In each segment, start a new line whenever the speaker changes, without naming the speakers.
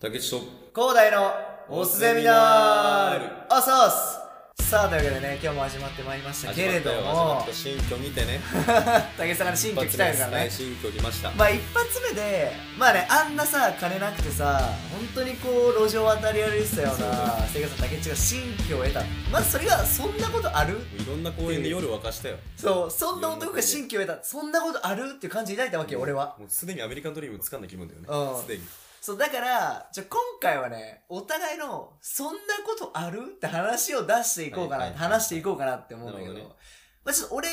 竹内と
広大のオスゼミナールあそうっすさあというわけでね今日も始まってまいりましたけれど
始まっ
も
たよ始まった新居見てね
武井さんから新居来たいから
はい
ね
新居来ました
まあ一発目でまあねあんなさ金なくてさ本当にこう路上渡り歩いてたような生活の竹内が新居を得たまずそれがそんなことある
いろんな公園で夜沸かしたよ
そうそんな男が新居を得たそんなことあるっていう感じ抱いたわけよ俺は
もうすでにアメリカンドリーム掴んだ気分だよね
うん
すでに
そう、だから、じゃあ今回はね、お互いの、そんなことあるって話を出していこうかな、
はいはいはい
話していこうかなって思うんだけど、
なるほどね
まあちょっと俺、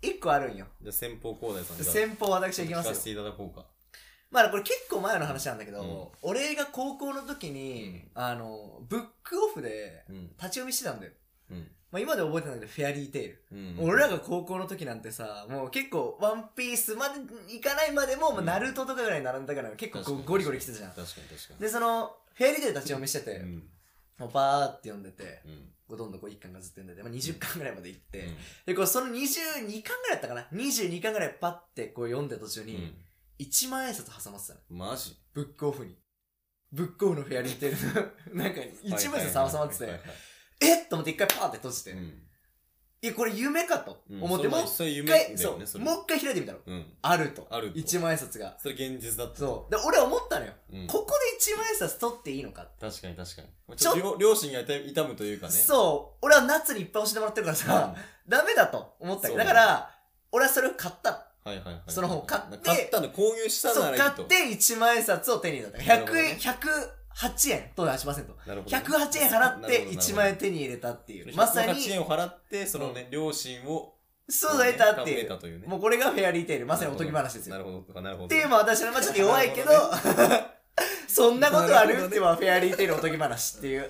一個あるんよ。
じゃあ先方広大さんが
先方私は行きま
聞かせ
すよ。
ていただこうか
まあこれ結構前の話なんだけど、
うん
俺が高校の時に、あの、ブックオフで
うん
立ち読みしてたんだよ。
うん
まあ今で覚えてないけど、フェアリーテイル。
うん
俺らが高校の時なんてさ、もう結構、ワンピースまで行かないまでも、まあ
うん
ナルトとかぐらいに並んだから、結構こ
確か
う
に
ゴリゴリ来てたじゃん。
確かに確か
で、その、フェアリーテイル立ち読みしてて、
にうん
もうバーって読んでて、
うん
こうどんどんこう1巻がずっと読んでて、まあ、20巻ぐらいまで行って、
うん
で、こうその22巻ぐらいだったかな ?22 巻ぐらいパッてこう読んだ途中
う
に、
ん
1万円札挟まってたの。
マジ
ブックオフに。ブックオフのフェアリーテールのなんか1万円札挟まって
はい
て
は、いはい
えっと思って一回パーって閉じて、
はいはい
いや、これ夢かと
うん
思って、
うん
もう
それは
一
夢だよ
回、
ね
そう、
それ
もう一回開いてみたの。
うん
あると。
あると
1万円札が。
それ現実だった
そう。で、俺思ったのよ。
うん
ここで1万円札取っていいのかって。
確かに確かに
ちょ
ちょっと両両親が痛むというかね
そう。俺は夏にいっぱい教えてもらってるからさ、ダメだと思ったわけ
そう
だから、俺はそれを買った。
はいはいはい。
その本買って
買ったの、購入したな
そう、
らいい
買っ
と。
て1万円札を手に入れた。
なるほ
100
ど
円、
ね
108円と8%。
なるほどね
108円払っ
なるほ
て
ど
1万円手に入れたって
なる
い
ほ
う。
ど
まさに、
108円を払って、そのね、両親を、
そう得たってい
得た
う。
というね。
もうこれがフェアリーテール、まさにおとぎ話です
な
よ。
るほどとか、なるほど。
テーマは私の、まあちょっと弱いけど
なる、
そんなことあ
なる
る
ほど
っ
ね
てまあフェアリーテールおとぎ話って いう。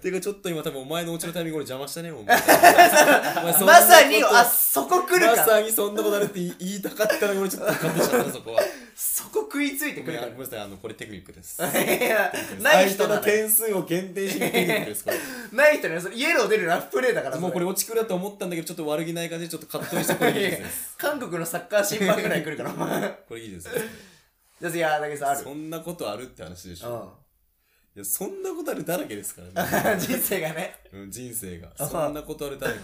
ていうか、ちょっと今多分お前のお家のタイミング俺邪魔したね、 お前お前そんな
ま
こと
さに、あ、そこ来る
ま
か。
さにそんなことあるって言い言いたかったのに俺ちょっとカットしちゃったなそ こは。
そこ食いついて
ご
く
めん
る
あ
か
ご
ら
めん。なさい、あの、これテクニックです。
いや、 な
相
い人
手
だ
の
ね。
点数を限定してるテクニックです、これ。
ない人ね、それイエロー出るラフプレーだから、
もうこれ
れ。
落ちくるだと思ったんだけど、ちょっと悪気ない感じでちょっとカットしてこれいい です。
韓国のサッカー審判ぐらい来るから、お前。
これいいです。
じゃあ、いや、だけどさ、ある。
そんなことあるって話でしょ。い
う
や、そんなことあるだらけですからね。
ん。 人生がね。
うん人生が。
あ
そんなことある だらけ。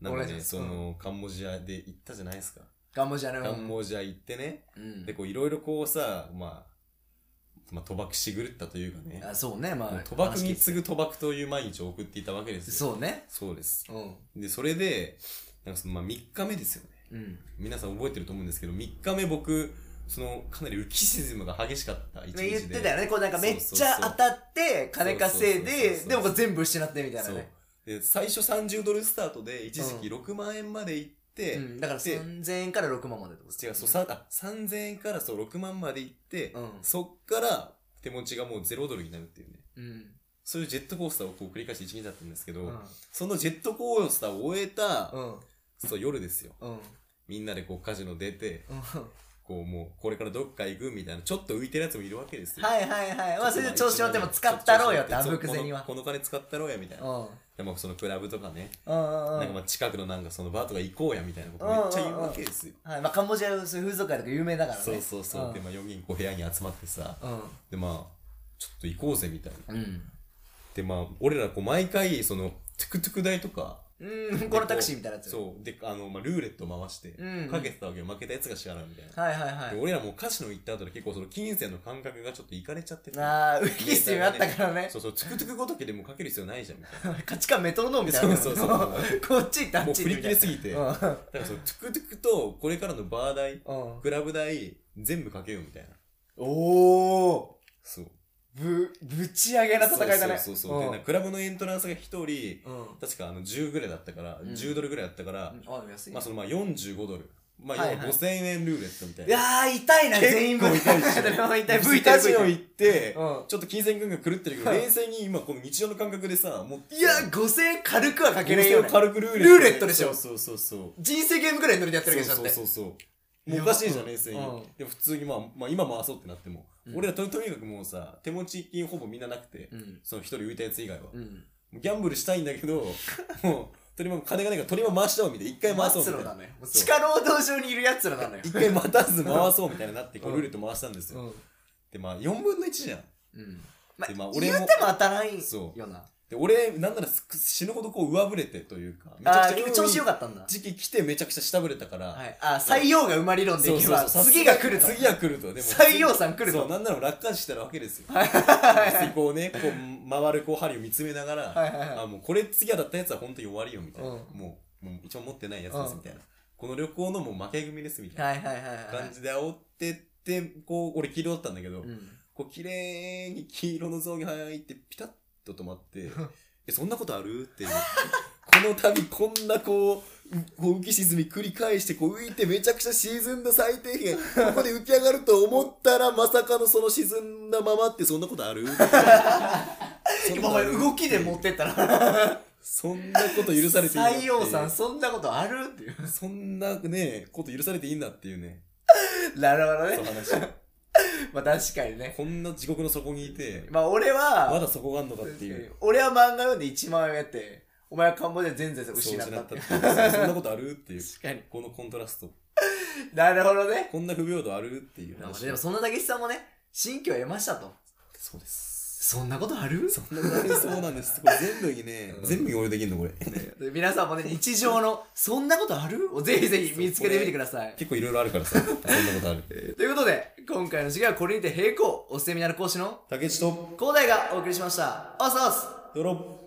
なん
お
か
願いし
ね、
ます
その、カンボジアで行ったじゃないですか。
ガンボジアの
カンボジア行ってね。
うん
で、こう、いろいろこうさ、まあ、まあ、賭博しぐるったというかね。
あ、そうね、ま
もう
あ。
賭博に
話聞い
次ぐ賭博という毎日を送っていたわけで
て
すよ。
そうね。
そうです。
うん。
で、それで、なんかその、まあ、3日目ですよね。
うん。
皆さん覚えてると思うんですけど、3日目僕、その、かなり浮き沈むが激しかった一日で。
言ってたよね。こうなんかめっ
そう
ち
そう
ゃ
そう
当たって、金稼い
そうそうそう
で
そ、う
でもこれ全部失ってみたいな
そう
ね。
で最初30ドルスタートで一時期6万円まで行って、
うん。だから
で
3000円から6万までってこと
違うそうさあ3000円からそう6万まで行って、
うん
そっから手持ちがもう0ドルになるっていうね
うん。
そういうジェットコースターをこう繰り返して一日だったんですけど、
うん。
そのジェットコースターを終えた、
うん。
そう夜ですよ
うん。
みんなでこうカジノ出て
うん
こうもうこれからどっか行くみたいなちょっと浮いてるやつもいるわけですよ
はいはいはい。まあ、それで調子乗っても
ちょ
使ったろうよって、
ちょ
あ
と
ぶくぜには。
このこの金使ったろうやみたいな、
うん。うん
でもそのクラブとかね
うんうん。
なんかまあ近くのなんかそのバーとか行こうやみたいなことめっちゃ言うわけですよ。
はい、まあ、カンボジアはそういう風俗街とか有名だからね。
そうそうそう。で、まあ4人こう部屋に集まってさ、でまあ、ちょっと行こうぜみたいな。
うん。うん。
でまあ、俺らこう毎回、その、トゥクトゥク代とか、
うん、このタクシーみたいなやつ。
そう、で、あの、まあルーレット回して
うん、
かけてたわけよ。負けたやつが支払うみたいな。
はいはいはい
で。俺らもうカジノ行った後で結構その金銭の感覚がちょっといかれちゃってて
ああ、ウキステムあったからね。
そうそう、トゥクトゥクごときでもうかける必要 ないじゃんみたいな。
価値観メトロノームみたいな。
そうそうそう
こっち行ってあっ
もう
ち
振
行
り切
ってみたい
れすぎて。
な。
だからそのトゥクトゥクとこれからのバー代、
うん。うん。
クラブ代、全部かけようみたいな。
おー。
そう。
ぶ、ぶち上げな戦いだね。
そうそうそうそう。でなんかクラブのエントランスが1人、
うん。うん。
確かあの10ぐらいだったから、
うん
10ドルぐらいだったから、
あ、でも安いね。
まあそのまあ45ドル。まあ
はい
要
は
はい5000円ルーレットみたい
い
な。
やー、痛いな、全員 V
結構痛いでしょ
誰も痛い。V
ブイ
痛
タ
い、V
ジオ
痛い。
行って、
うん
ちょっと金銭感覚狂ってるけど、
うん
冷静に今この日常の感覚でさ、もう、
いやー、5000円軽くはかけれんよ、
5000
ね
を。軽くルーレット。
ルーレットでしょ
そうそうそうそう。
人生ゲームくらいのノリでやってるわけじゃん
そ
っ
う
て。
そうそう。もうおかしいじゃん、
いや
冷静に
うん。
でも普通にまあ、まあ今回そうってなっても。
うん
俺らととにかくもうさ、手持ち金ほぼみんななくて、
うん。
その一人浮いたやつ以外は。
うん。
ギャンブルしたいんだけ ど、もう、取りま、金がないから取りま回しちゃおうみたいな。一回回そうみ
奴
た
ら
い
だ
な。
ね。もう
そう
地下労働省にいる奴らなのよ。
一回待たず回そうみたいななって、こう
う
んルーレット回したんですよ。
ん。
で、まあ、4分の1じゃん。
うんま
で
あ、
まあ俺
俺
も
言っても当たらん
そう
よな
で俺なんならす死ぬほどこう上振れてというかめち
あ
ゃ
あ
くちゃ
ー調子良
かっ
かったんだ
た、時期来てめちゃくちゃ下振れたから、
はい、あー採用が馬理論でいけば
そうそうそう
次が来ると
次が来るとでも
採用さん来る
そ
と
うなんなら楽観視したわけです よ次こうねこう回るこう針を見つめながら、
はいはいはい
あもうこれ次当たったやつは本当に終わりよみたいな、
うん
もうもう一応持ってないやつで
う
す
ん
みたいな、この旅行のもう負け組ですみたい
はいはいはいはい
な感じで煽ってってこう俺黄色だったんだけど、
うん
こう綺麗に黄色の像に入ってピタッと止まって「えそんなことある?」っていうこの旅こんなこううこう浮き沈み繰り返してこう浮いてめちゃくちゃ沈んだ最低限ここで浮き上がると思ったらまさかのその沈んだままってそんなことある そんな
今
ことある
動きで持ってったら
そんなこと許されていいんだってい
採用さん
う
そんなことあるっていう
そんなねこと許されていいんだっていうね
なるほど
そ
ね
の話
まあ確かにね
こんな地獄の底にいて
まあ俺は
まだそこがあんのかっていう
俺は漫画読んで1万円やってお前はカンボジア全然
そう
失ったっていう
失ったっていうそんなことあるっていう
確かに
このコントラスト
なるほどね
こんな不平等あるっていう
まあ
話
でもそんな武志さんもね新居を得ましたと
そうです
そんなことある
そんなことあるそうなんですこれ全部にね
うん
全部に応用できるのこれ
で皆さんもね日常の「そんなことある?」をぜひぜひ見つけてみてください
結構いろいろあるからさそんなことある
えーということで今回の授業はこれにて並行おセミナル講師の
竹内と
広大がお送りしましたおっすおっす
ドロップ